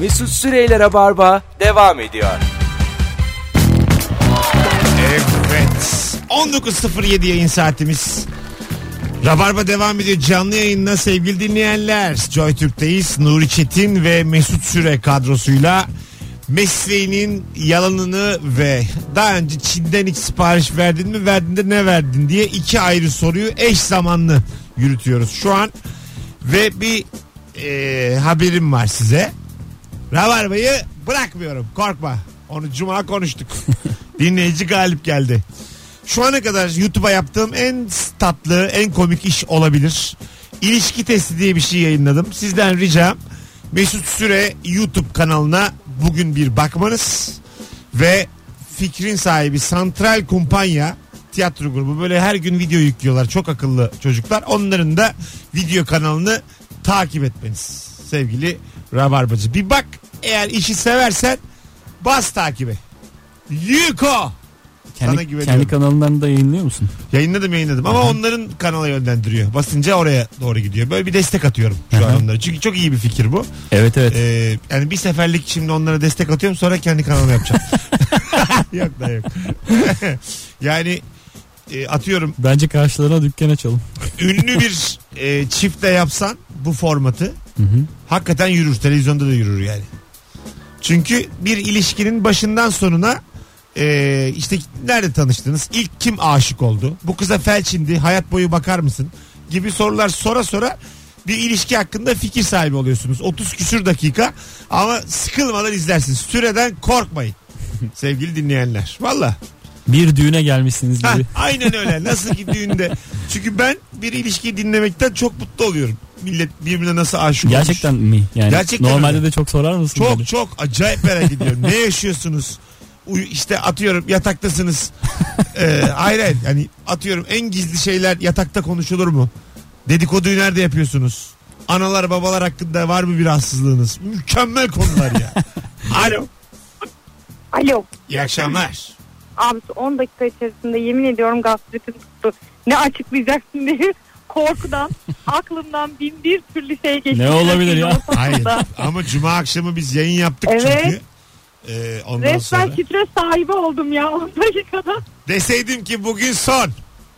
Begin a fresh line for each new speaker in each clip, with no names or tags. Mesut Süreyler'e barba devam ediyor.
Evet. 19.07 yayın saatimiz. Rabarba devam ediyor canlı yayınla sevgili dinleyenler. Joy Türk'teyiz. Nuri Çetin ve Mesut Süre kadrosuyla mesleğinin yalanını ve daha önce Çin'den hiç sipariş verdin mi verdin de ne verdin diye iki ayrı soruyu eş zamanlı yürütüyoruz şu an. Ve bir e, haberim var size. Rabarba'yı bırakmıyorum korkma. Onu cuma konuştuk. Dinleyici galip geldi. Şu ana kadar YouTube'a yaptığım en tatlı, en komik iş olabilir. İlişki testi diye bir şey yayınladım. Sizden ricam Mesut Süre YouTube kanalına bugün bir bakmanız ve fikrin sahibi Santral Kumpanya tiyatro grubu böyle her gün video yüklüyorlar. Çok akıllı çocuklar. Onların da video kanalını takip etmeniz sevgili Rabarbacı. Bir bak eğer işi seversen bas takibe. Yuko. Sana
Kendi,
güveniyorum.
kendi kanalından da yayınlıyor musun?
Yayınladım yayınladım ama onların kanala yönlendiriyor. Basınca oraya doğru gidiyor. Böyle bir destek atıyorum şu an
Aha.
onlara. Çünkü çok iyi bir fikir bu.
Evet evet.
Ee, yani bir seferlik şimdi onlara destek atıyorum sonra kendi kanalıma yapacağım. yok da yok. yani e, atıyorum
Bence karşılarına dükkan açalım.
ünlü bir e, çiftle yapsan bu formatı
Hı hı.
hakikaten yürür. Televizyonda da yürür yani. Çünkü bir ilişkinin başından sonuna e, işte nerede tanıştınız? İlk kim aşık oldu? Bu kıza felç indi. Hayat boyu bakar mısın? Gibi sorular sonra sonra bir ilişki hakkında fikir sahibi oluyorsunuz. 30 küsür dakika ama sıkılmadan izlersiniz. Süreden korkmayın. Sevgili dinleyenler. Valla.
Bir düğüne gelmişsiniz
Ha,
gibi.
aynen öyle. Nasıl ki düğünde. Çünkü ben bir ilişkiyi dinlemekten çok mutlu oluyorum. Millet birbirine nasıl aşık olmuş.
Gerçekten mi? Yani
Gerçekten
normalde
öyle.
de çok sorar mısın?
Çok
böyle?
çok acayip merak ediyorum. ne yaşıyorsunuz? Uyu, işte atıyorum yataktasınız. Ee, hayır hayır. Yani atıyorum en gizli şeyler yatakta konuşulur mu? Dedikoduyu nerede yapıyorsunuz? Analar babalar hakkında var mı bir rahatsızlığınız? Mükemmel konular ya. Alo.
Alo.
İyi akşamlar.
Abi 10 dakika içerisinde yemin ediyorum gastritim tuttu. Ne açıklayacaksın diye korkudan aklımdan bin bir türlü şey geçti.
Ne olabilir ya?
Kafamda.
Hayır ama cuma akşamı biz yayın yaptık
Evet.
çünkü. Ee, ondan
Resmen
sonra.
stres sahibi oldum ya 10 dakikada.
Deseydim ki bugün son.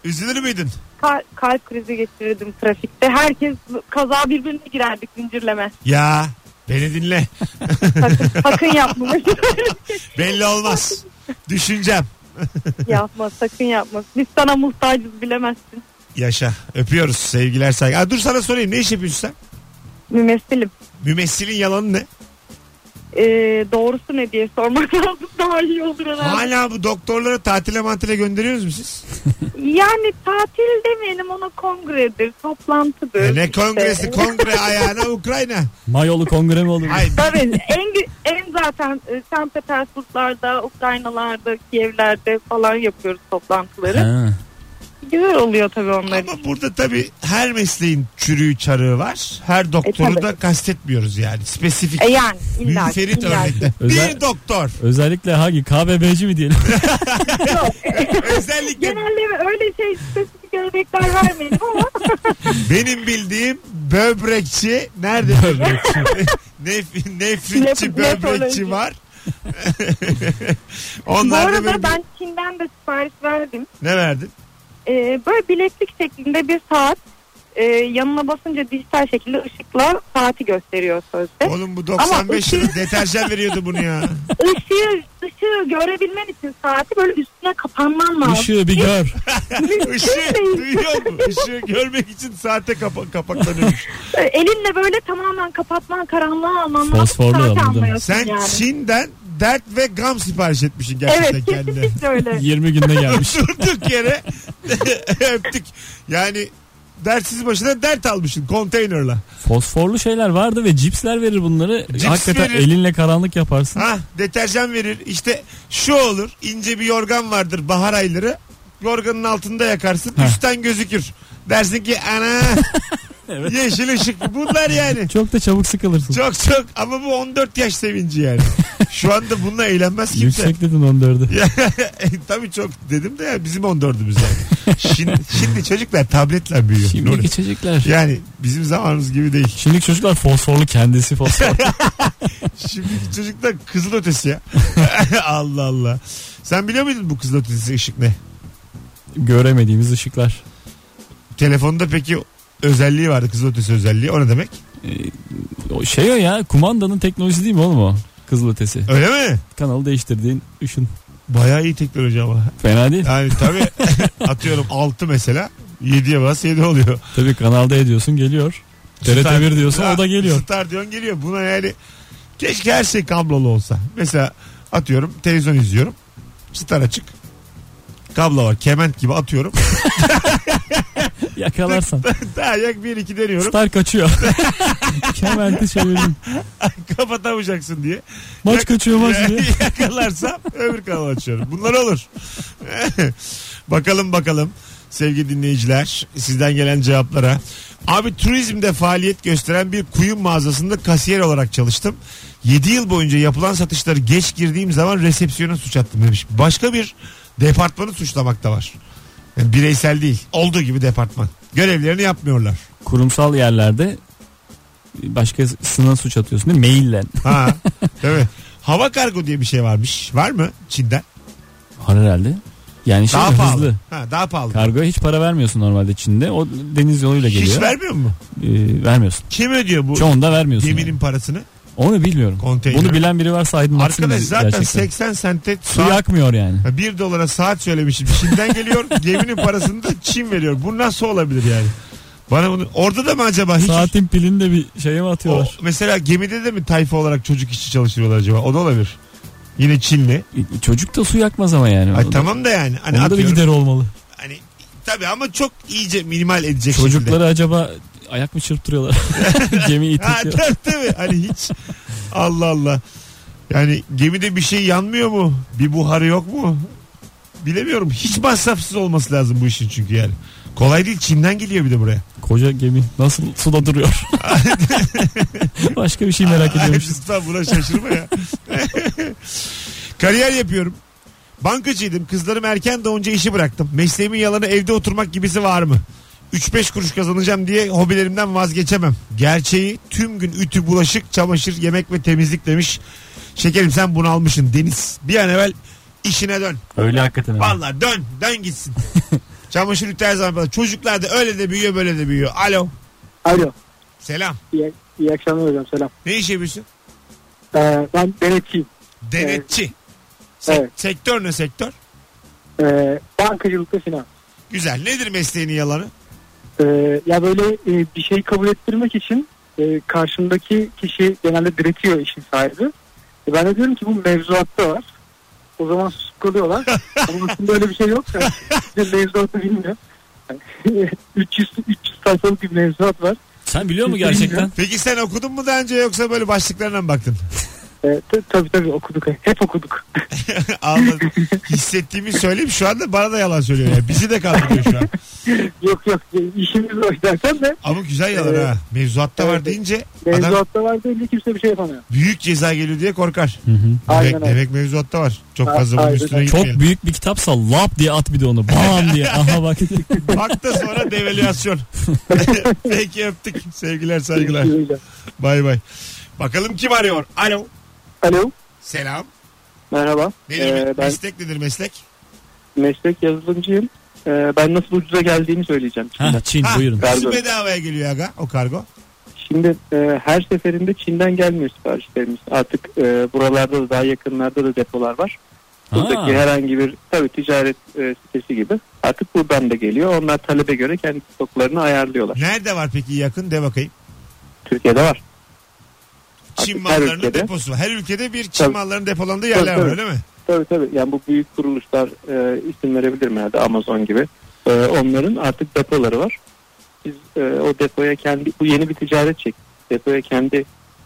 Üzülür müydün?
Kal- kalp krizi geçirirdim trafikte. Herkes kaza birbirine girerdik zincirleme.
Ya beni dinle.
Sakın, sakın yapma.
Belli olmaz. Düşüncem.
yapma sakın yapma. Biz sana muhtacız bilemezsin.
Yaşa. Öpüyoruz. Sevgiler saygı. Aa, dur sana sorayım. Ne iş yapıyorsun sen?
Mümessilim.
Mümessilin yalanı ne?
Ee, doğrusu ne diye sormak lazım daha iyi olur herhalde.
Hala bu doktorları tatile mantile gönderiyoruz mu siz?
Yani tatil demeyelim ona kongredir, toplantıdır.
E, ne kongresi?
İşte.
Kongre ayağına Ukrayna.
Mayolu kongre mi olur?
Hayır.
Tabii en, en zaten e, Sankt Petersburg'larda, Ukraynalarda, Kiev'lerde falan yapıyoruz toplantıları.
Ha.
Güzel oluyor tabii onlar.
Ama burada tabii her mesleğin çürüğü çarığı var. Her doktoru
E, tabii.
da kastetmiyoruz yani. Spesifik.
E yani illa ki,
Münferit
illa ki.
örnekte.
Özel-
Bir doktor.
Özellikle hangi KBB'ci mi diyelim?
Özellikle
Genelde öyle şey spesifik örnekler vermeyelim ama
benim bildiğim böbrekçi nerede? Nef nefritçi
Nef-
böbrekçi
nefroloji.
var.
bu
Onlar da böyle
arada ben Çin'den de sipariş verdim.
ne verdin?
Ee, böyle bileklik şeklinde bir saat e, yanına basınca dijital şekilde ışıkla saati gösteriyor sözde.
Oğlum bu 95
Ama
lira deterjan veriyordu bunu ya.
ışığı, ışığı görebilmen için saati böyle üstüne kapanman lazım.
Işığı bir gör.
Işığı duyuyor mu? Işığı görmek için saate kapa kapaklanıyormuş.
Ee, Elinle böyle tamamen kapatman, karanlığa alman lazım.
Fosforlu
saat
ama değil mi?
almıyorsun
Sen
yani.
Çin'den dert ve gam sipariş etmişsin gerçekten
Evet
kendine.
kesinlikle öyle.
20 günde gelmiş.
Durduk yere öptük. Yani dertsiz başına dert almışsın konteynerla.
Fosforlu şeyler vardı ve cipsler verir bunları.
Cips
Hakikaten
verir.
elinle karanlık yaparsın.
Ha deterjan verir. İşte şu olur. ince bir yorgan vardır bahar ayları. Yorganın altında yakarsın.
Ha.
Üstten gözükür. Dersin ki ana
Evet.
yeşil ışık. Bunlar yani.
Çok da çabuk sıkılırsın.
Çok çok ama bu 14 yaş sevinci yani. Şu anda bununla eğlenmez kimse.
Yüksek dedin 14'ü.
Ya, e, Tabii çok dedim de ya bizim 14'ümüz yani. Şimdi, şimdi çocuklar tabletle büyüyor. Nuri.
Şimdiki çocuklar.
Yani bizim zamanımız gibi değil.
Şimdiki çocuklar fosforlu kendisi fosfor.
Şimdiki çocuklar kızıl ötesi ya. Allah Allah. Sen biliyor muydun bu kızıl ötesi ışık ne?
Göremediğimiz ışıklar.
Telefonda peki özelliği vardı kızıl ötesi özelliği. O ne demek?
Ee, o şey o ya kumandanın teknolojisi değil mi oğlum o? Kızılötesi.
Öyle mi?
Kanalı değiştirdiğin ışın.
Bayağı iyi teknoloji ama.
Fena değil.
Yani tabii atıyorum 6 mesela 7'ye bas 7 oluyor.
Tabii kanalda ediyorsun geliyor. TRT1 diyorsun
Ha,
o da geliyor.
Star diyorsun geliyor. Buna yani keşke her şey kablolu olsa. Mesela atıyorum televizyon izliyorum. Star açık. Kablo var. Kement gibi atıyorum.
Yakalarsan.
Daha yak 1 2 deniyorum.
Star kaçıyor. Kementi çevirdim.
Kapatamayacaksın diye.
Maç
Yak-
kaçıyor maç diye.
Yakalarsam öbür kanal açıyorum. Bunlar olur. bakalım bakalım sevgili dinleyiciler sizden gelen cevaplara. Abi turizmde faaliyet gösteren bir kuyum mağazasında kasiyer olarak çalıştım. 7 yıl boyunca yapılan satışları geç girdiğim zaman resepsiyona suç attım demiş. Başka bir departmanı suçlamak da var. Yani bireysel değil. Olduğu gibi departman. Görevlerini yapmıyorlar.
Kurumsal yerlerde başkasına suç atıyorsun değil mi? Maillen.
Ha, değil mi? Hava kargo diye bir şey varmış. Var mı Çin'den?
Var herhalde. Yani şey
Daha
mi,
pahalı.
hızlı.
Ha, daha pahalı.
Kargoya hiç para vermiyorsun normalde Çin'de. O deniz yoluyla geliyor.
Hiç vermiyor mu?
Ee, vermiyorsun.
Kim ödüyor bu
Çoğunda vermiyorsun.
geminin
yani.
parasını?
Onu bilmiyorum.
Konteyner.
Bunu bilen biri varsa aydınlatsın.
Arkadaş
bizi
zaten
gerçekten.
80 sente
Su
saat,
yakmıyor yani.
1 dolara saat söylemişim. Çin'den geliyor geminin parasını da Çin veriyor. Bu nasıl olabilir yani? Bana bunu orada da mı acaba hiç
Saatin pilini de bir şeye mi
o,
atıyorlar?
mesela gemide de mi tayfa olarak çocuk işçi çalıştırıyorlar acaba? O da olabilir. Yine Çinli.
e, Çocuk da su yakmaz ama yani.
Ay,
O da-
tamam da yani. Hani
Onda da bir
atıyorum,
gider olmalı.
hani tabii ama çok iyice minimal edecek şekilde.
Çocukları acaba ayak mı çırptırıyorlar? Gemi
Ha
itiyor.
tabii tabii. Hani hiç Allah Allah. Yani gemide bir şey yanmıyor mu? Bir buharı yok mu? Bilemiyorum. Hiç masrafsız olması lazım bu işin çünkü yani. Kolay değil. Çin'den geliyor bir de buraya.
Koca gemi nasıl suda duruyor? Başka bir şey merak
Ay,
ediyormuşuz.
Lütfen buna şaşırma ya. Kariyer yapıyorum. Bankacıydım. Kızlarım erken doğunca işi bıraktım. Mesleğimin yalanı evde oturmak gibisi var mı? 3-5 kuruş kazanacağım diye hobilerimden vazgeçemem. Gerçeği tüm gün ütü, bulaşık, çamaşır, yemek ve temizlik demiş. Şekerim sen bunalmışsın Deniz. Bir an evvel işine dön.
Öyle hakikaten.
Vallahi dön. Dön gitsin. çamaşır ütü her zaman. Çocuklar da öyle de büyüyor böyle de büyüyor. Alo.
Alo.
Selam.
İyi, iyi akşamlar hocam selam.
Ne iş yapıyorsun?
Ee, ben denetçiyim.
Denetçi. Sek-
Evet.
Sektör ne sektör?
Ee, bankacılıkta finans.
Güzel. Nedir mesleğinin yalanı?
Ee, ya böyle e, bir şey kabul ettirmek için e, karşımdaki kişi genelde diretiyor işin sahibi. E, ben de diyorum ki bu mevzuatta var. O zaman susup kalıyorlar. Ama aslında öyle bir şey yok. Yani, bir mevzuatı bilmiyor. Yani, 300, 300 sayfalık bir mevzuat var.
Sen biliyor musun
Bilmiyorum.
gerçekten?
Peki sen okudun mu daha önce yoksa böyle başlıklarına mı baktın?
Ee, t- tabii tabii okuduk. Hep okuduk.
Anladım. Hissettiğimi söyleyeyim şu anda bana da yalan söylüyor. ya. Bizi de kandırıyor şu an.
yok yok işimiz o zaten de
Ama güzel yalan
Evet.
ha. Mevzuatta var
Evet.
deyince adam
mevzuatta var değil kimse bir şey yapamıyor.
büyük ceza geliyor diye korkar.
Hı hı.
Aynen
Demek,
öyle.
demek mevzuatta var. Çok
A-
fazla bunun
aynen
üstüne
öyle.
Çok
gitmeyelim.
büyük bir kitapsa lap diye at bir de onu. Bam diye. Aha bak.
Bak da sonra devalüasyon. Peki öptük. Sevgiler saygılar. Bay bay. Bakalım kim arıyor? Alo.
Alo.
Selam.
Merhaba.
Nedir,
Ee, ben
Meslek nedir meslek?
meslek yazılımcıyım. Ee, ben nasıl ucuza geldiğini söyleyeceğim. Şimdi,
ha, Çin
Ha,
buyurun.
Nasıl
Kargo.
bedavaya geliyor aga o kargo?
şimdi e, her seferinde Çin'den gelmiyor siparişlerimiz. Artık e, buralarda da daha yakınlarda da depolar var.
Ha,
Buradaki herhangi bir tabii ticaret e, sitesi gibi. Artık buradan da geliyor. Onlar talebe göre kendi stoklarını ayarlıyorlar.
Nerede var peki yakın de bakayım.
Türkiye'de var.
Çin
Artık her
mallarının
ülkede.
deposu var. Her ülkede bir Çin
Tabii.
mallarının depolandığı yerler
Tabii,
var
tabii.
öyle mi?
Tabii tabii. Yani bu büyük kuruluşlar e, isim verebilirim herhalde Amazon gibi. E, onların artık depoları var. Biz e, o depoya kendi bu yeni bir ticaret çek. Depoya kendi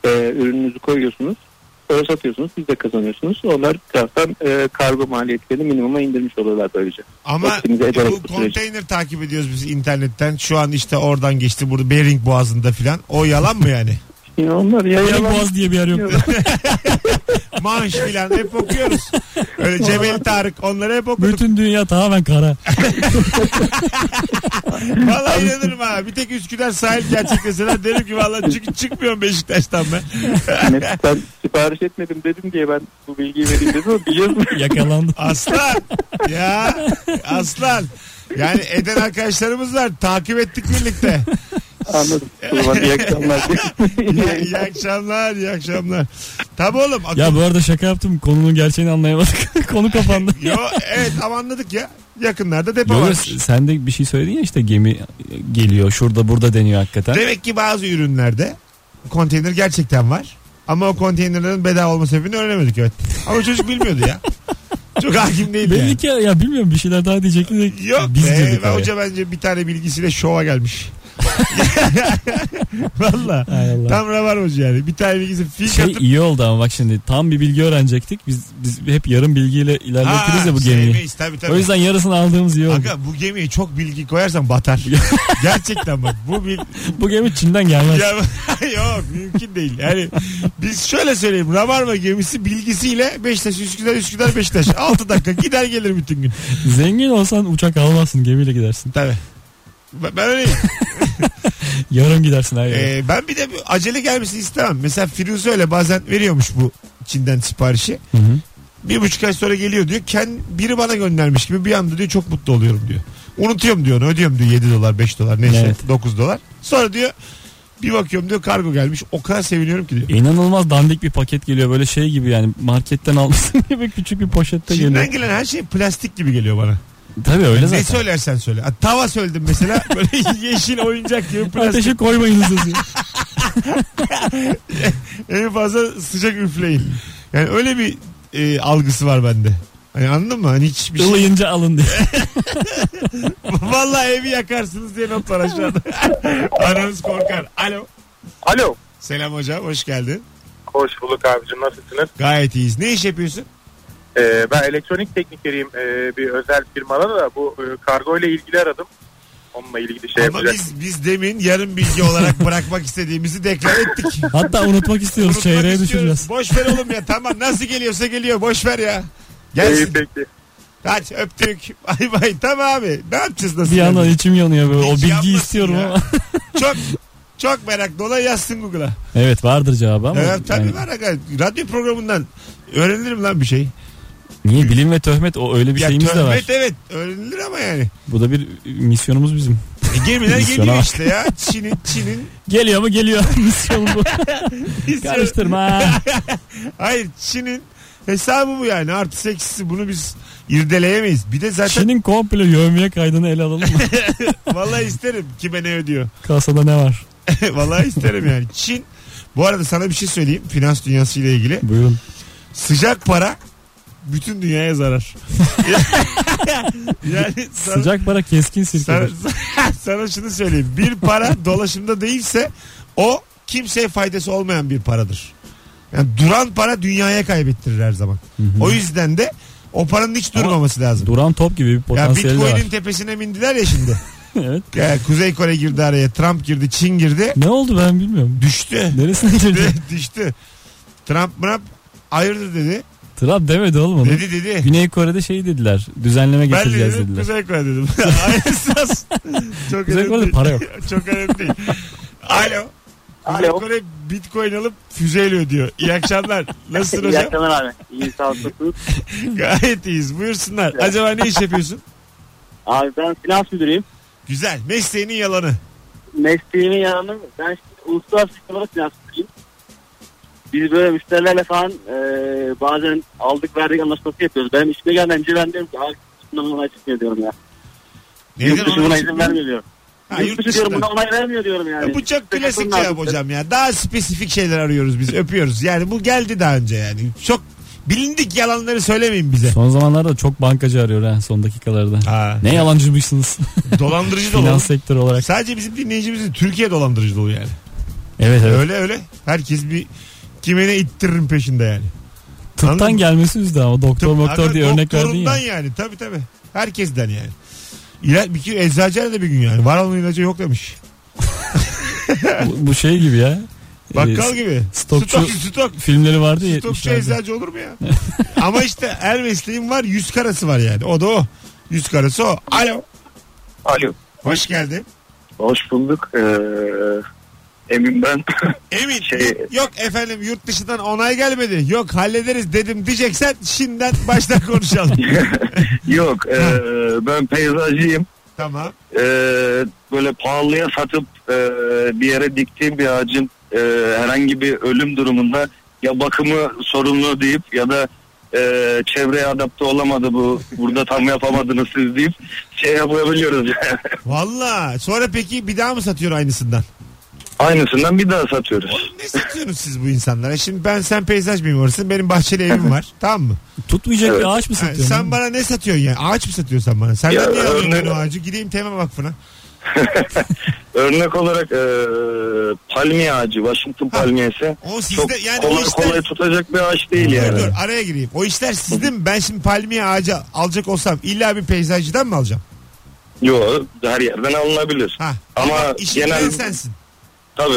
e, ürününüzü koyuyorsunuz. Sonra satıyorsunuz. Siz de kazanıyorsunuz. Onlar bir taraftan e, kargo maliyetlerini minimuma indirmiş oluyorlar böylece.
Ama
Optimize ederek
bu
bu süreci.
konteyner takip ediyoruz biz internetten. Şu an işte oradan geçti burada Bering Boğazı'nda filan. O yalan mı yani?
Şimdi onlar ya
Bering
yalan,
Boğaz diye bir yer yok.
Manş filan hep okuyoruz. Öyle Cemil Tarık onları hep okuduk.
Bütün dünya tamamen kara.
Vallahi inanırım ha. Bir tek Üsküdar sahil gerçekleşseler derim ki vallahi çık, çıkmıyorum Beşiktaş'tan ben.
Mesut ben sipariş etmedim dedim diye ben bu bilgiyi vereyim dedim ama biliyorsun.
Yakalandı.
Aslan. Ya aslan. Yani eden arkadaşlarımız var. Takip ettik birlikte.
Anladım. Kurban iyi akşamlar.
İyi, iyi akşamlar, iyi akşamlar. Tabii oğlum. akıl-
Ya bu arada şaka yaptım. Konunun gerçeğini anlayamadık. Konu kapandı.
Yo, evet ama anladık ya. Yakınlarda depo
Yok,
var.
sen de bir şey söyledin ya işte gemi geliyor şurada burada deniyor hakikaten.
Demek ki bazı ürünlerde konteyner gerçekten var. Ama o konteynerlerin bedava olma sebebini öğrenemedik evet. Ama çocuk bilmiyordu ya. Çok hakim değil
Belli
yani.
ki ya bilmiyorum bir şeyler daha diyecektim de
Yok
biz
be.
girdik oraya.
Hoca bence bir tane bilgisiyle şova gelmiş. Valla.
Hay Allah.
Tam rabar hoca yani. Bir tane bilgisi fil
Şey
katıp-
iyi oldu ama bak şimdi tam bir bilgi öğrenecektik. Biz biz hep yarım bilgiyle ilerletiriz ya bu gemiyi.
sevmeyiz, tabii, tabii.
O yüzden yarısını aldığımız iyi oldu.
şey Aga bu gemiye çok bilgi koyarsan batar. Gerçekten bak bu bir
Bu gemi Çin'den gelmez.
ya, yok mümkün değil. Yani biz şöyle söyleyeyim. Rabarba gemisi bilgisiyle Beşiktaş, Üsküdar, Üsküdar, Beşiktaş. 6 dakika gider gelir bütün gün.
Zengin olsan uçak almazsın gemiyle gidersin.
Tabii. Ben ben öyleyim.
Yarım gidersin her yere.
Ee, ben bir de bu acele gelmesini istemem. Mesela Firuze öyle bazen veriyormuş bu Çin'den siparişi.
Hı hı.
Bir buçuk ay sonra geliyor diyor. Kend, biri bana göndermiş gibi bir anda diyor çok mutlu oluyorum diyor. Unutuyorum diyor onu ödüyorum diyor 7 dolar 5 dolar neyse
Evet.
9 dolar. Sonra diyor bir bakıyorum diyor kargo gelmiş o kadar seviniyorum ki diyor.
İnanılmaz dandik bir paket geliyor böyle şey gibi yani marketten almışsın gibi küçük bir poşette geliyor.
Çin'den gelen her şey plastik gibi geliyor bana.
Tabii öyle
ne
zaten.
söylersen söyle. Ha, Tava söyledim mesela böyle yeşil oyuncak gibi plastik.
Ateşe koymayınız sizi.
En fazla sıcak üfleyin. Yani öyle bir e, algısı var bende. Hani anladın mı? Hani hiçbir şey.
Ilıyınca alın diye.
Vallahi evi yakarsınız diye not var aşağıda. Anamız korkar. Alo.
Alo.
Selam hocam hoş geldin.
Hoş bulduk abicim nasılsınız?
Gayet iyiyiz. Ne iş yapıyorsun?
Ee, ben elektronik teknikeriyim ee, bir özel firmada da bu e, kargo ile ilgili aradım. Onunla ilgili şey
Ama
yapacak.
biz, biz demin yarım bilgi olarak bırakmak istediğimizi deklar ettik.
Hatta unutmak istiyoruz.
Unutmak
Çeyreğe
istiyoruz.
düşüreceğiz.
Boş ver oğlum ya tamam nasıl geliyorsa geliyor boş ver ya.
İyi
Gelsin.
peki.
Kaç öptük. Bay bay tamam abi. Ne yapacağız nasıl?
Bir yandan
yani?
içim yanıyor böyle.
Hiç
O bilgiyi
yanmasın
istiyorum
ya.
ama.
Çok çok meraklı olan yazsın Google'a.
Evet vardır cevabı ama.
Evet, tabii
yani
var aga. Radyo programından öğrenilir mi lan bir şey?
Niye bilim ve töhmet o öyle bir
ya
şeyimiz de var.
töhmet evet öğrenilir ama yani.
Bu da bir misyonumuz bizim.
E, gemiler
Misyona
geliyor
bak.
işte ya. Çin'in Çin'in.
Geliyor mu geliyor misyon bu. Karıştırma.
Hayır Çin'in hesabı bu yani. Artı eksisi bunu biz irdeleyemeyiz. Bir de zaten
Çin'in komple yövmeye kaydını ele alalım mı?
vallahi isterim kime ne ödüyor.
Kasada ne var?
vallahi isterim yani. Çin bu arada sana bir şey söyleyeyim finans dünyası ile ilgili.
Buyurun.
Sıcak para bütün dünyaya zarar. yani sana,
Sıcak para keskin
sana,
sirkedir.
sana şunu söyleyeyim. Bir para dolaşımda değilse o kimseye faydası olmayan bir paradır. Yani duran para dünyaya kaybettirir her zaman. O yüzden de o paranın hiç
Ama
durmaması lazım.
Duran top gibi bir
Ya
potansiyeli de var.
Bitcoin'in tepesine bindiler ya şimdi.
evet.
Ya Kuzey Kore girdi araya, Trump girdi, Çin girdi.
Ne oldu ben bilmiyorum.
Düştü.
Neresine girdi?
Düştü. Trump mrap hayırdır dedi.
Trump demedi oğlum onu.
Dedi dedi.
Güney Kore'de şey dediler. Düzenleme
Ben de
getireceğiz
dedim
dediler.
Kuzey Kore dedim. Ay, esas. Çok
Kuzey
önemli
Kore'de
değil.
para yok.
Çok önemli değil. Alo. Kuzey
Alo.
Kore bitcoin alıp füzeyle ödüyor. İyi akşamlar. Nasılsın
İyi
hocam?
akşamlar abi. İyi sağ olasın.
Gayet iyiyiz. Buyursunlar. Acaba ne iş yapıyorsun?
Abi ben finans müdürüyüm.
Güzel. Mesleğinin yalanı.
Mesleğimin yanında ben şimdi uluslararası firmalara finans müdürüyüm. Biz böyle müşterilerle falan e, bazen aldık verdik anlaşması yapıyoruz. Benim işime gelmeden önce ben diyorum ki abi bundan onay çıkmıyor diyorum ya.
Neden
Yurt dışı
ona
buna
çıkmıyor?
izin vermiyor diyorum.
Ha,
Yurt dışı
dışında.
diyorum buna onay vermiyor diyorum yani.
Ya bu çok
İşte
klasik
bunlar-
cevap hocam ya. Daha spesifik şeyler arıyoruz biz. Öpüyoruz. Yani bu geldi daha önce yani. Çok bilindik yalanları söylemeyin bize.
Son zamanlarda çok bankacı arıyor ha son dakikalarda.
Ha.
Ne yalancıymışsınız
Dolandırıcı dolu.
finans sektörü olarak.
Sadece bizim dinleyicimizin Türkiye dolandırıcı dolu yani.
Evet evet.
Öyle öyle. Herkes bir kime ne ittiririm peşinde yani. Anladın
Tıptan
mı?
gelmesi üzdü ama doktor
Tıp-
doktor
Aga,
diye örnek verdin
doktorundan
ya.
yani. Tabii tabii. Herkesten yani. İla, bir kere eczacı da bir gün yani. Var onun ilacı yok demiş.
Bu, bu şey gibi ya.
Bakkal
e,
gibi.
stokçu-
Stok, stok.
filmleri vardı ya.
Stokçu
70'lerde.
eczacı olur mu ya? Ama işte her mesleğin var yüz karası var yani. O da o. Yüz karası o. Alo.
Alo.
Hoş geldin.
Hoş bulduk. Ee, Emin ben.
Emin.
Şey-
Yok efendim yurt dışından onay gelmedi. Yok hallederiz dedim diyeceksen şimdiden baştan konuşalım.
Yok ee, ben peyzajcıyım.
tamam.
Ee, böyle pahalıya satıp ee, bir yere diktiğim bir ağacın ee, herhangi bir ölüm durumunda ya bakımı sorunlu deyip ya da ee, çevreye adapte olamadı bu burada tam yapamadınız siz deyip şey yapabiliyoruz yani.
Valla. Sonra peki bir daha mı satıyor aynısından?
Aynısından bir daha satıyoruz.
Ne satıyorsunuz siz bu insanlara? Şimdi ben sen peyzaj mimarısın. Benim bahçeli evim var. tamam mı?
Tutmayacak
Evet.
bir ağaç mı
Ha,
satıyorsun?
sen bana ne satıyorsun ya? Ağaç mı satıyorsun sen bana? Senden
Ya,
niye alıyorum ben
örneğin-
o ağacı? Gideyim Tema Vakfı'na.
Örnek olarak ee, palmiye ağacı, Washington palmiyesi.
O sizde
Çok
yani o
kolay
işler...
kolay tutacak bir ağaç değil
Dur,
yani.
dur, araya gireyim. O işler sizde mi? Ben şimdi palmiye ağacı alacak olsam illa bir peyzajcıdan mı alacağım?
Yok her yerden alınabilir.
Ha.
Ama
İşin
genel
bilen sensin.
tabi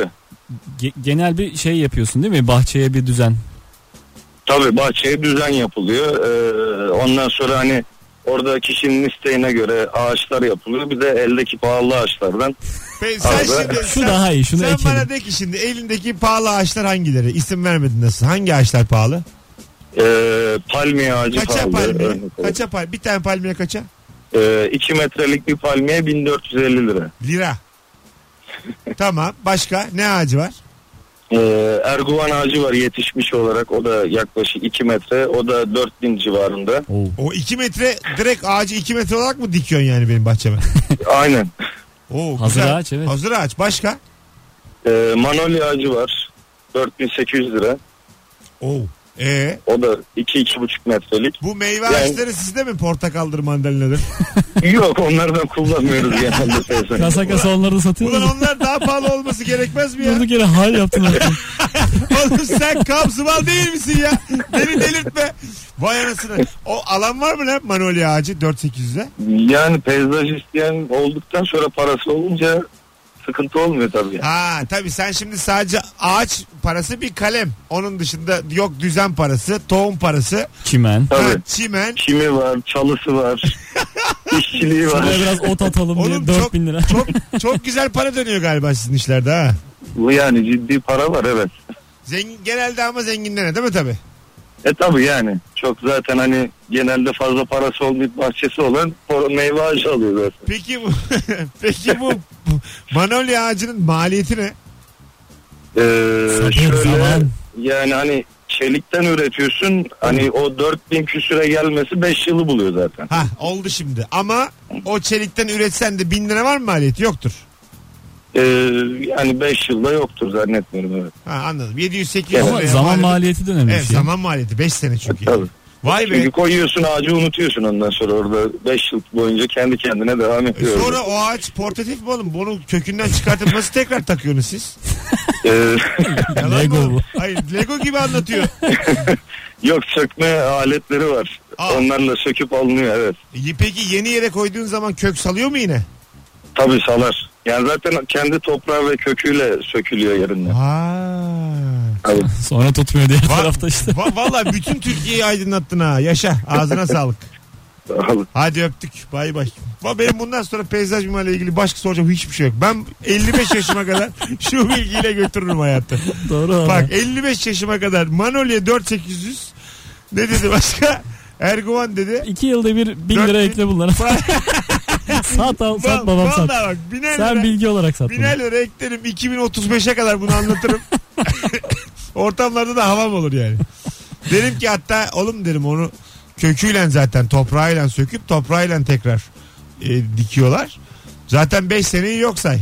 Ge- genel bir şey yapıyorsun değil mi? Bahçeye bir düzen.
tabi bahçeye düzen yapılıyor. Ee, ondan sonra hani orada kişinin isteğine göre ağaçlar yapılıyor. Bir de eldeki pahalı ağaçlardan.
Pe- sen
Abi,
şimdi,
Şu
sen-
daha iyi. Şunu
sen
ekelim.
bana de ki şimdi elindeki pahalı ağaçlar hangileri? İsim vermedin nasıl? Hangi ağaçlar pahalı?
Ee, palmiye ağacı
Kaça
pahalı.
palmiye?
örnek olarak.
Kaça palmiye? Bir tane palmiye kaça?
Ee, iki metrelik bir palmiye 1450 lira.
Lira. tamam. Başka? Ne ağacı var?
Ee, Erguvan ağacı var yetişmiş olarak. O da yaklaşık 2 metre. O da 4000 civarında.
Oo.
O 2 metre direkt ağacı 2 metre olarak mı dikiyorsun yani benim bahçeme?
Aynen.
Oo,
Hazır
güzel.
ağaç, evet.
Hazır ağaç. Başka?
Ee, manolya ağacı var. 4800 lira.
Oo. Ee,
O da 2-2,5 metrelik.
bu meyve
Yani-
ağaçları sizde mi portakaldır mandalinadır?
Yok onlardan kullanmıyoruz genelde teyze.
Kasa kasa onları da satıyor
Ulan
musun?
onlar daha pahalı olması gerekmez mi ya?
Durduk yere hal yaptın. artık.
Oğlum sen kapsımal değil misin ya? Beni delirtme. Vay anasını. O alan var mı lan manolya ağacı 4-800'e?
Yani peyzaj isteyen olduktan sonra parası olunca sıkıntı olmuyor tabii.
Ha tabii sen şimdi sadece ağaç parası bir kalem. Onun dışında yok düzen parası, tohum parası,
Çimen.
ha,
Tabii.
çimen.
Kimi var, çalısı var, işçiliği var.
Buraya biraz ot atalım
Oğlum
diye
çok,
4000 lira.
çok çok güzel para dönüyor galiba sizin işlerde ha.
Bu yani ciddi para var evet.
Zengin, genelde ama zenginlere değil mi tabii?
E tabii yani çok zaten hani genelde fazla parası olmayıp bahçesi olan para- meyve ağacı alıyor zaten.
Peki bu peki bu, bu manolya ağacının maliyeti ne?
Ee,
Sabır,
şöyle
zaman.
yani hani çelikten üretiyorsun hani o 4000 küsüre gelmesi 5 yılı buluyor zaten.
Ha oldu şimdi ama o çelikten üretsen de bin lira var mı maliyeti? Yoktur.
Ee, yani 5 yılda yoktur zannetmiyorum evet.
Ha anladım. 700 800
Ama zaman maliyeti de önemli bir
Evet,
şey.
zaman maliyeti 5 sene çünkü.
Tabii.
Vay be.
Çünkü koyuyorsun ağacı unutuyorsun ondan sonra orada 5 yıl boyunca kendi kendine devam
E,
ediyor.
Sonra o ağaç portatif mi oğlum? Bunu kökünden çıkartıp nasıl tekrar takıyorsunuz siz?
Ee,
Yalan mı
Lego
oğlum?
bu.
Hayır Lego gibi anlatıyor.
yok sökme aletleri var.
Aa.
Onlarla söküp alınıyor evet.
E, Peki yeni yere koyduğun zaman kök salıyor mu yine?
Tabii salar. Yani zaten kendi toprağı ve köküyle sökülüyor yerinden.
Aa.
Tabii.
Sonra tutmuyor diğer
Va-
tarafta işte.
Va- Valla bütün Türkiye'yi aydınlattın ha. Yaşa. Ağzına sağlık.
Tabii.
Hadi öptük. Bay bay. Va benim bundan sonra peyzaj mimarıyla ilgili başka soracağım hiçbir şey yok. Ben 55 yaşıma kadar şu bilgiyle götürürüm hayatı.
Doğru ama.
Bak 55 yaşıma kadar Manolya 4800 ne dedi başka? Erguvan dedi.
İki yılda bir bin
Dört
lira
bin-
ekle bunlara. sat al, sat
Val-
babam
Vallahi
sat.
bak biner
Sen
lira,
bilgi olarak sat. bunu.
biner lira eklerim 2035'e kadar bunu anlatırım. Ortamlarda da havam olur yani. Derim ki hatta oğlum derim onu köküyle zaten toprağıyla söküp toprağıyla tekrar e, dikiyorlar. Zaten 5 seneyi yok say.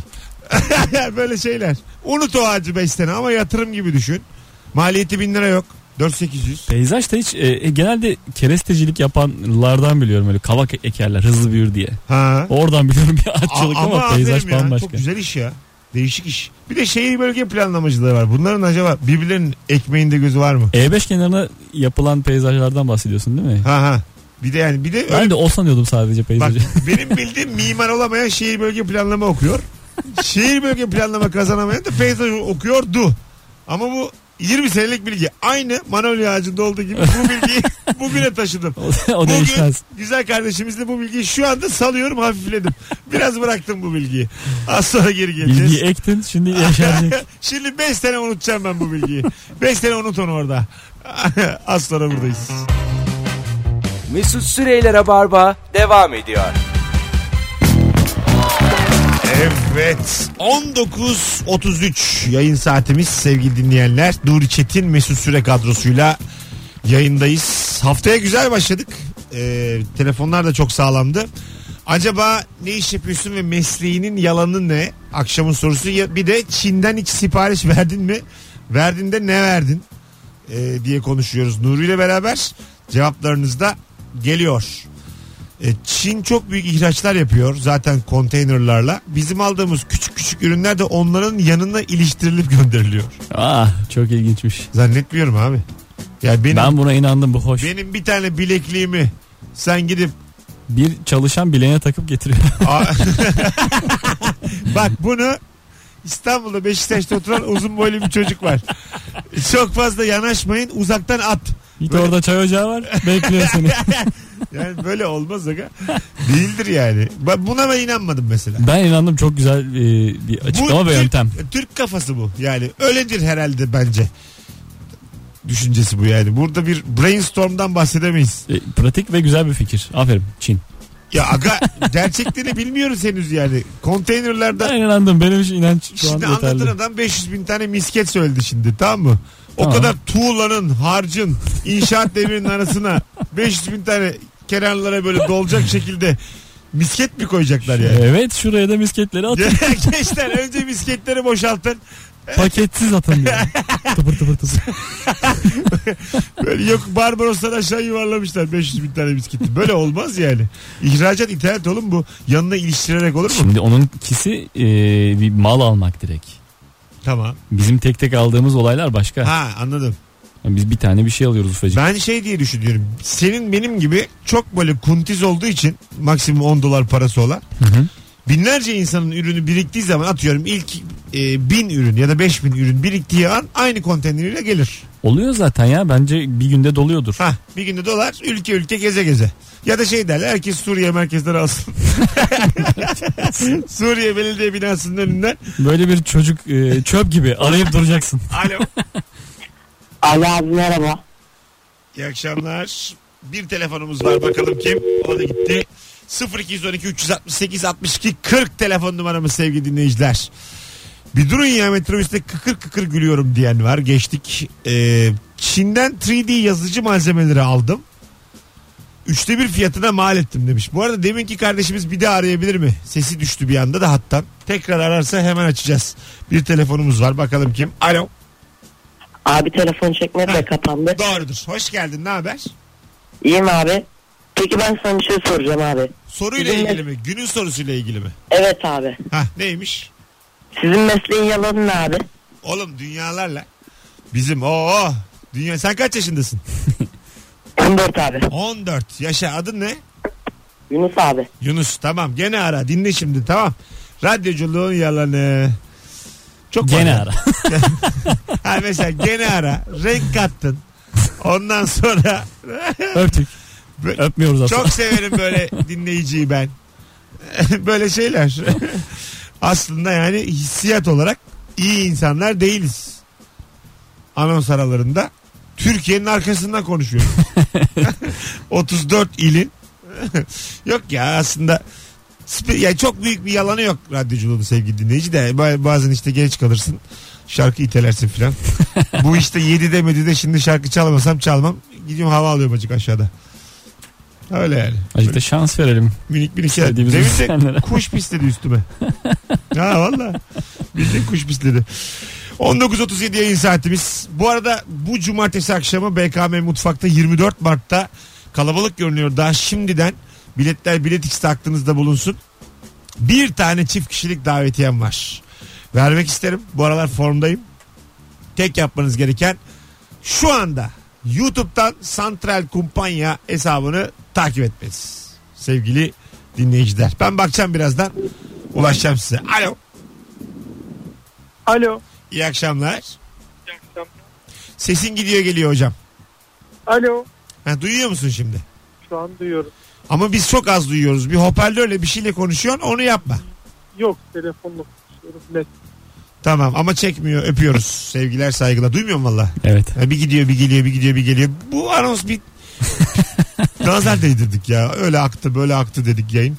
Böyle şeyler. Unut o ağacı 5 sene ama yatırım gibi düşün. Maliyeti 1000 lira yok. 4800.
Peyzajda hiç e, e, genelde kerestecilik yapanlardan biliyorum öyle kavak e- ekerler hızlı büyür diye.
Ha.
Oradan biliyorum bir
A-
açılık ama,
aferin
peyzaj
ya,
bambaşka.
Çok güzel iş ya. Değişik iş. Bir de şehir bölge planlamacılığı var. Bunların acaba birbirlerinin ekmeğinde gözü var mı?
E5 E kenarına yapılan peyzajlardan bahsediyorsun değil mi?
Ha ha. Bir de yani bir de öyle-
Ben de o sanıyordum sadece
bak
peyzajı.
benim bildiğim mimar olamayan şehir bölge planlama okuyor. şehir bölge planlama kazanamayan da peyzaj okuyordu. Ama bu 20 senelik bilgi. Aynı manolya ağacında olduğu gibi bu bilgiyi bugüne taşıdım.
O, o
Bugün
değişmez.
güzel kardeşimizle bu bilgiyi şu anda salıyorum hafifledim. Biraz bıraktım bu bilgiyi. Az sonra geri geleceğiz.
Bilgiyi ektin şimdi yaşanacak.
Şimdi 5 sene unutacağım ben bu bilgiyi. 5 sene unut onu orada. Az sonra buradayız.
Mesut Süreyler'e barba devam ediyor.
Evet 19.33 yayın saatimiz sevgili dinleyenler. Nuri Çetin Mesut Süre kadrosuyla yayındayız. Haftaya güzel başladık. Ee, telefonlar da çok sağlamdı. Acaba ne iş yapıyorsun ve mesleğinin yalanı ne? Akşamın sorusu Ya- bir de Çin'den hiç sipariş verdin mi? Verdin de ne verdin? Ee, diye konuşuyoruz. Nuri ile beraber cevaplarınız da geliyor. E, Çin çok büyük ihraçlar yapıyor zaten konteynerlarla. Bizim aldığımız küçük küçük ürünler de onların yanına iliştirilip gönderiliyor.
Ah çok ilginçmiş.
Zannetmiyorum abi. Ya benim
ben buna inandım bu hoş.
benim bir tane bilekliğimi sen gidip
Bir çalışan bileğine takıp getiriyor.
Aa- bak bunu İstanbul'da Beşiktaş'ta oturan uzun boylu bir çocuk var. Çok fazla yanaşmayın uzaktan at.
Git
Böyle-
orada çay ocağı var bekliyor seni.
Yani böyle olmaz aga. Değildir yani. Ben Buna ben inanmadım mesela.
Ben inandım çok güzel e, bir açıklama ve
Türk-
yöntem.
Türk kafası bu. Yani öyledir herhalde bence. Düşüncesi bu yani. Burada bir brainstorm'dan bahsedemeyiz.
E, pratik ve güzel bir fikir. Aferin Çin.
Ya aga gerçekleri bilmiyoruz henüz yani. Konteynerlarda
Ben inandım benim için inanç şu an
şimdi anlatan
yeterli.
adam 500 bin tane misket söyledi şimdi tamam mı? O
Tamam.
kadar tuğlanın, harcın, inşaat devrinin arasına 500 bin tane kenarlara böyle dolacak şekilde misket mi koyacaklar yani?
Evet şuraya da misketleri atın.
Gençler önce misketleri boşaltın.
Paketsiz atın diyor. tıpır tıpır tıpır.
Böyle yok Barbaros'tan aşağı yuvarlamışlar 500 bin tane biskiti. Böyle olmaz yani. İhracat ithalat oğlum bu. Yanına iliştirerek olur mu?
Şimdi onun ikisi e, bir mal almak direkt.
tamam.
Bizim tek tek aldığımız olaylar başka.
Ha anladım.
Yani biz bir tane bir şey alıyoruz ufacık.
Ben şey diye düşünüyorum. Senin benim gibi çok böyle kuntiz olduğu için maksimum 10 dolar parası olan
Hı hı.
binlerce insanın ürünü biriktiği zaman atıyorum ilk e, bin ürün ya da 5000 ürün biriktiği an aynı konteyneriyle gelir.
Oluyor zaten ya bence bir günde doluyordur.
Ha bir günde dolar ülke ülke geze geze. Ya da şey derler herkes Suriye merkezden alsın. Suriye belediye binasının önünden
Böyle bir çocuk e, çöp gibi arayıp duracaksın.
Alo.
Alo abi merhaba.
İyi akşamlar. Bir telefonumuz var bakalım kim? O da gitti. 0212 368 62 40 telefon numaramız sevgili dinleyiciler. Bir durun ya metrobüste kıkır kıkır gülüyorum diyen var. Geçtik. Ee, Çin'den 3D yazıcı malzemeleri aldım. Üçte bir fiyatına mal ettim demiş. Bu arada deminki kardeşimiz bir daha arayabilir mi? Sesi düştü bir anda da hattan. Tekrar ararsa hemen açacağız. Bir telefonumuz var bakalım kim? Alo.
Abi telefon çekme de kapandı.
E, Doğrudur. Hoş geldin. Ne haber?
İyiyim abi. Peki ben sana bir şey soracağım abi.
Soruyla
Bizim
ilgili mi? Günün sorusuyla ilgili mi?
Evet abi.
Ha neymiş?
Sizin mesleğin yalanı ne abi?
Oğlum dünyalarla. Bizim o dünya sen kaç yaşındasın?
14 abi.
14. Yaşa adın ne?
Yunus abi.
Yunus. Tamam gene ara dinle şimdi tamam. Radyoculuğun yalanı. Çok
Gene
var.
ara.
Ha mesela gene ara. Renk kattın. Ondan sonra
Öptük.
Bö-
Öpmüyoruz aslında.
Çok severim böyle dinleyiciyi ben. böyle şeyler. Aslında yani hissiyat olarak iyi insanlar değiliz. Anons aralarında Türkiye'nin arkasından konuşuyoruz. 34 ilin. yok ya aslında spe- yani çok büyük bir yalanı yok radyoculuğun sevgili dinleyici de Ba- bazen işte geç kalırsın şarkı itelersin filan. Bu işte 7 demedi de şimdi şarkı çalamasam çalmam. Gidiyorum hava alıyorum acık aşağıda. Öyle yani.
Azıcık da şans verelim.
Minik minik şeyler.
İstediğimiz
Demin de
insanlara.
kuş pisledi üstüme. ha valla. Bildiğin kuş pisledi. 19.37 yayın saatimiz. Bu arada bu cumartesi akşamı BKM Mutfak'ta 24 Mart'ta kalabalık görünüyor. Daha şimdiden biletler bilet X'te aklınızda bulunsun. Bir tane çift kişilik davetiyem var. Vermek isterim. Bu aralar formdayım. Tek yapmanız gereken şu anda YouTube'dan Santral Kumpanya hesabını takip etmeniz. Sevgili dinleyiciler. Ben bakacağım birazdan. Ulaşacağım size. Alo.
Alo.
İyi akşamlar. Sesin gidiyor geliyor hocam.
Alo.
Ha, duyuyor musun şimdi?
Şu an duyuyorum.
Ama biz çok az duyuyoruz. Bir hoparlörle bir şeyle konuşuyorsun onu yapma.
Yok telefonla konuşuyorum. Net.
Tamam ama çekmiyor öpüyoruz. Sevgiler saygılar. Duymuyor musun valla?
Evet.
Ha, Bir gidiyor bir geliyor bir gidiyor bir geliyor. Bu anons bir nazar değdirdik ya. Öyle aktı böyle aktı dedik yayın.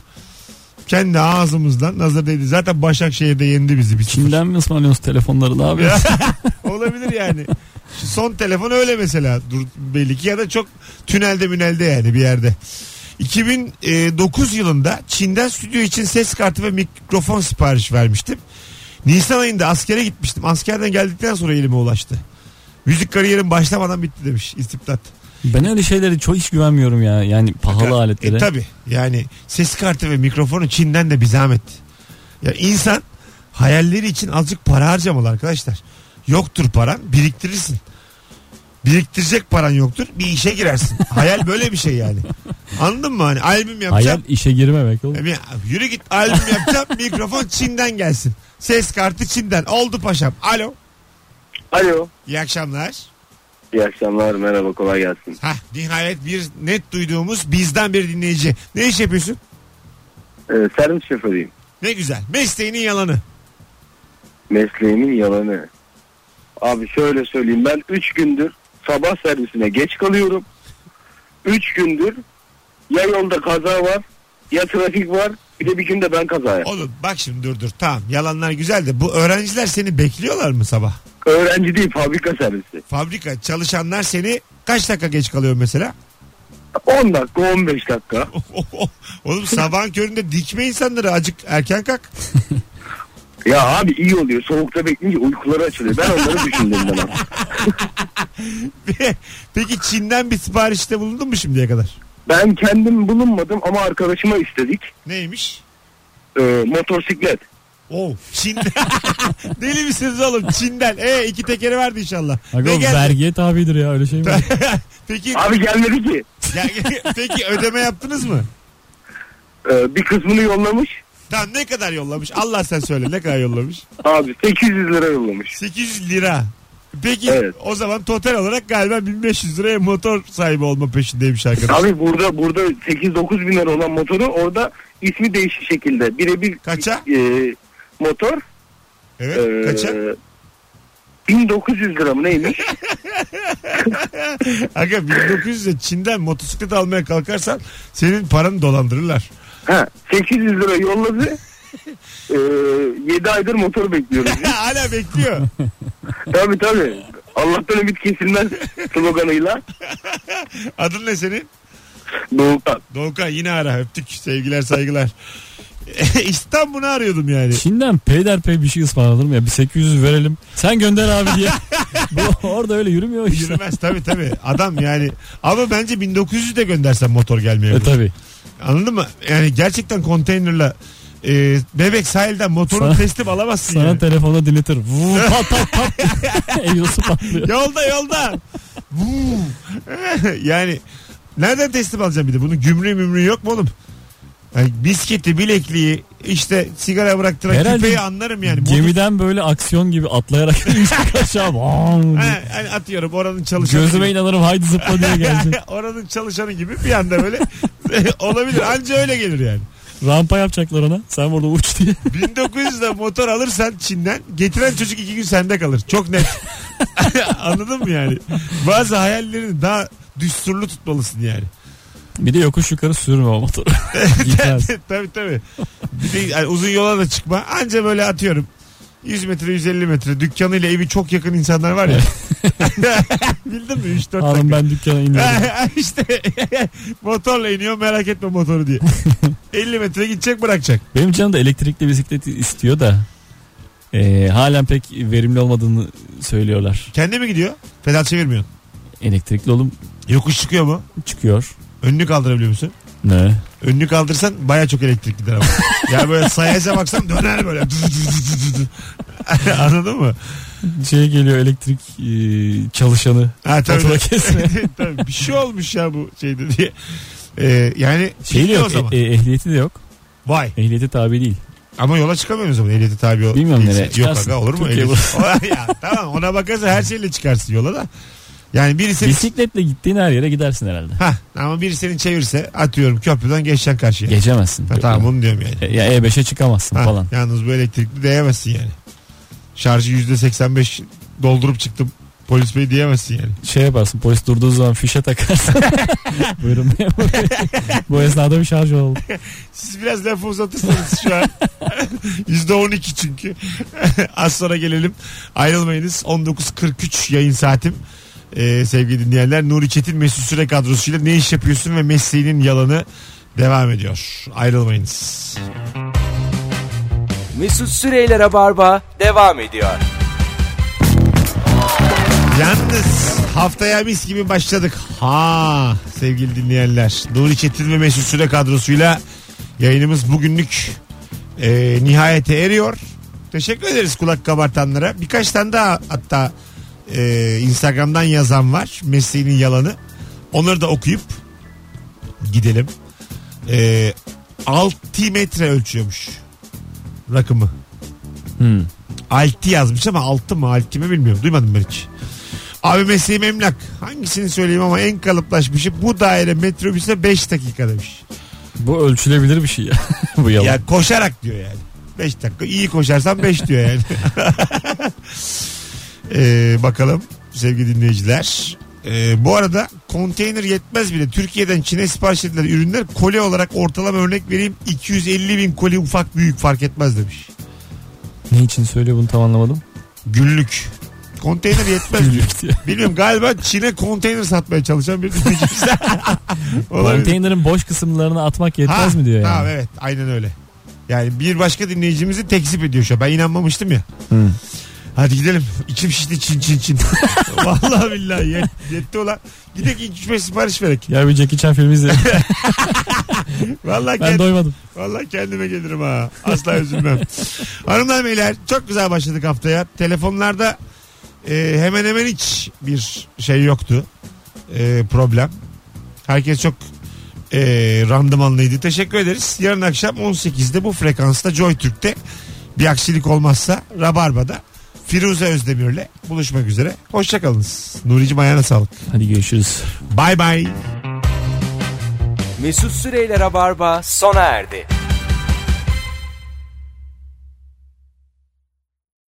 Kendi ağzımızdan nazar değdi. Zaten Başakşehir'de yendi bizi bir sıfır.
Kimden mi ısmarlıyorsun telefonları ne
Ya,
yapıyorsun?
Olabilir yani. Şu son telefon öyle mesela. Dur, belli ki ya da çok tünelde münelde yani bir yerde. 2009 yılında Çin'den stüdyo için ses kartı ve mikrofon sipariş vermiştim. Nisan ayında askere gitmiştim. Askerden geldikten sonra elime ulaştı. Müzik kariyerim başlamadan bitti demiş istibdat.
Ben öyle şeylere çok hiç güvenmiyorum ya. Yani pahalı aletlere.
E, tabii yani ses kartı ve mikrofonu Çin'den de bir zahmet. Ya insan hayalleri için azıcık para harcamalı arkadaşlar. Yoktur paran biriktirirsin. Biriktirecek paran yoktur bir işe girersin. Hayal böyle bir şey yani. Anladın mı hani albüm
Hayal
yapacağım.
işe girmemek oğlum.
E, bir- Yürü git albüm yapacağım mikrofon Çin'den gelsin. Ses kartı Çin'den oldu paşam. Alo
Alo.
iyi akşamlar.
İyi akşamlar merhaba kolay gelsin.
Hah nihayet bir net duyduğumuz bizden bir dinleyici. Ne iş yapıyorsun?
Ee, servis şoförüyüm.
Ne güzel. Mesleğinin yalanı.
Mesleğimin yalanı. Abi şöyle söyleyeyim ben 3 gündür sabah servisine geç kalıyorum. 3 gündür ya yolda kaza var ya trafik var bir de bir gün de ben kaza yaptım.
Oğlum bak şimdi dur dur tamam yalanlar güzel de bu öğrenciler seni bekliyorlar mı sabah?
Öğrenci değil fabrika servisi.
Fabrika çalışanlar seni kaç dakika geç kalıyor mesela?
10 dakika 15 dakika.
Oğlum sabahın köründe dikme insanları acık erken kalk.
Ya abi iyi oluyor soğukta bekleyince uykuları açılıyor. Ben onları düşündüm ben.
Peki Çin'den bir siparişte bulundun mu şimdiye kadar?
Ben kendim bulunmadım ama arkadaşıma istedik.
Neymiş?
Ee, motosiklet.
Oo, Çin'den. Deli misiniz oğlum Çin'den? E iki tekeri vardı inşallah.
Aga
Ne
o
geldi?
vergiye tabidir ya öyle şey mi?
Peki,
Abi gelmedi ki.
Ya- peki ödeme yaptınız mı?
Ee, bir kısmını yollamış.
Tamam ne kadar yollamış? Allah sen söyle ne kadar yollamış?
Abi 800 lira yollamış.
800 lira. Peki
Evet.
o zaman total olarak galiba 1500 liraya motor sahibi olma peşindeymiş arkadaş.
Abi burada burada 8-9 bin lira olan motoru orada ismi değişik şekilde. Birebir
Kaça?
e, motor.
Evet
e,
kaça?
1900 lira mı neymiş?
Aga 1900'e Çin'den motosiklet almaya kalkarsan senin paranı dolandırırlar.
ha, 800 lira yolladı. Ee, 7 aydır motor bekliyoruz.
Hala bekliyor.
tabii tabii. Allah'tan ümit kesilmez sloganıyla.
Adın ne senin?
Doğukan.
Doğukan yine ara öptük sevgiler saygılar. İstanbul'u arıyordum yani.
Çin'den peyderpey bir şey ısmarlanır mı ya? Bir 800 verelim. Sen gönder abi diye. Bu orada öyle yürümüyor işte.
Yürümez tabii tabii. Adam yani ama bence 1900'ü de göndersen motor gelmeye.
E tabi.
Anladın mı? Yani gerçekten konteynerle e, bebek sahilden motorun
Sana-
teslim alamazsın
Sana
yani.
telefonda dinletir. Vuu, pat pat pat. Egzosu patlıyor.
Yolda yolda. Vuu. yani nereden teslim alacağım bir de bunun gümrüğü mümrüğü yok mu oğlum? Yani bisketi, bilekliği, işte sigara bıraktıran
Herhalde
küpeyi anlarım yani.
Gemiden böyle aksiyon gibi atlayarak inecek aşağı. Vav
Bunu-
diye.
Ha, hani atıyorum oranın çalışanı
Gözüme
gibi.
inanırım haydi zıpla diye gelecek.
oranın çalışanı gibi bir anda böyle olabilir. Anca öyle gelir yani.
Rampa yapacaklar ona. Sen burada uç diye.
1900'de motor alırsan Çin'den getiren çocuk iki gün sende kalır. Çok net. Anladın mı yani? Bazı hayallerini daha düsturlu tutmalısın yani.
Bir de yokuş yukarı sürme o motoru. Gitmez.
tabii tabii. Bir de yani uzun yola da çıkma. Anca böyle atıyorum. 100 metre 150 metre dükkanıyla evi çok yakın insanlar var ya. Bildin mi? 3-4
Hanım ben dükkana iniyorum.
işte motorla iniyor merak etme motoru diye. 50 metre gidecek bırakacak.
Benim canım da elektrikli bisiklet istiyor da. E, halen pek verimli olmadığını söylüyorlar.
Kendi mi gidiyor? Pedal çevirmiyorsun.
Elektrikli oğlum
Yokuş çıkıyor mu?
çıkıyor.
Önünü kaldırabiliyor musun?
Ne?
Önünü kaldırsan baya çok elektrik gider ama. ya böyle sayaca baksam döner böyle. Anladın mı?
Şey geliyor elektrik e, çalışanı.
Ha, tabii.
Fatura kesme.
tabii. Bir şey olmuş ya bu şeyde diye. Ee, yani
Şey e, de
şey o
yok.
zaman.
e- e- ehliyeti de yok.
Vay.
Ehliyete tabi değil.
Ama yola çıkamıyoruz ama ehliyeti tabi o.
Bilmiyorum
değilse.
nereye
Yok
çıkarsın.
aga olur mu?
Türkiye
Ehliyet- ya, tamam ona bakarsan her şeyle çıkarsın yola da. Yani birisi
Bisikletle gittiğin her yere gidersin herhalde.
Hah, ama biri seni çevirse atıyorum köprüden geçeceksin karşıya.
Geçemezsin.
Ha, tamam bunu diyorum yani.
Ya E5'e çıkamazsın
Ha,
E, falan.
Yalnız bu elektrikli diyemezsin yani. Şarjı %85 doldurup çıktım. Polis bey diyemezsin yani.
Şey yaparsın polis durduğu zaman fişe takarsın. Buyurun memur bey. Bu esnada bir şarj oldu.
Siz biraz lafı uzatırsanız şu an. %12 çünkü. Az sonra gelelim. Ayrılmayınız. 19.43 yayın saatim. Ee, sevgili dinleyenler Nuri Çetin Mesut Süre kadrosuyla ne iş yapıyorsun ve mesleğinin yalanı devam ediyor. Ayrılmayınız.
Mesut Süreyler'e barba devam ediyor.
Yalnız haftaya mis gibi başladık. Ha sevgili dinleyenler. Nuri Çetin ve Mesut Süre kadrosuyla yayınımız bugünlük e, nihayete eriyor. Teşekkür ederiz kulak kabartanlara. Birkaç tane daha hatta e, Instagram'dan yazan var. Mesleğinin yalanı. Onları da okuyup gidelim. E, altimetre ölçüyormuş rakımı.
Hmm.
Alti yazmış ama altı mı alti mi bilmiyorum. Duymadım ben hiç. Abi mesleğim emlak. Hangisini söyleyeyim ama en kalıplaşmışı bu daire metrobüse 5 dakika demiş.
Bu ölçülebilir bir şey ya. Bu yalan.
Ya koşarak diyor yani. 5 dakika. iyi koşarsan 5 diyor yani. Ee, bakalım sevgili dinleyiciler. Ee, bu arada konteyner yetmez bile. Türkiye'den Çin'e sipariş edilen ürünler koli olarak ortalama örnek vereyim 250 bin koli ufak büyük fark etmez demiş.
Ne için söylüyor bunu tam anlamadım.
Güllük. Konteyner yetmez diyor.
Güllük diye.
Bilmiyorum galiba Çin'e konteyner satmaya çalışan bir dinleyicimiz. Olabilir.
Konteynerin boş kısımlarını atmak
Ha,
yetmez mi diyor yani.
Ha, evet aynen öyle. Yani bir başka dinleyicimizi tekzip ediyor şu an. Ben inanmamıştım ya.
Hı.
Hadi gidelim. İçim şişti çin çin çin. Vallahi billahi yet- yetti ulan. Gidek 2-3-5 sipariş verek.
Ya bir Jackie Chan filmi izledim.
Vallahi,
ben
kend-
doymadım.
Vallahi kendime gelirim ha. Asla üzülmem. Hanımlar beyler çok güzel başladık haftaya. Telefonlarda e, hemen hemen hiç bir şey yoktu. E, problem. Herkes çok e, randımanlıydı. Teşekkür ederiz. Yarın akşam 18'de bu frekansta Joy Türk'te bir aksilik olmazsa Rabarba'da Firuze Özdemir'le buluşmak üzere. Hoşçakalınız. Nuri'cim ayağına sağlık.
Hadi görüşürüz.
Bay bay.
Mesut Süreyler'e barba sona erdi.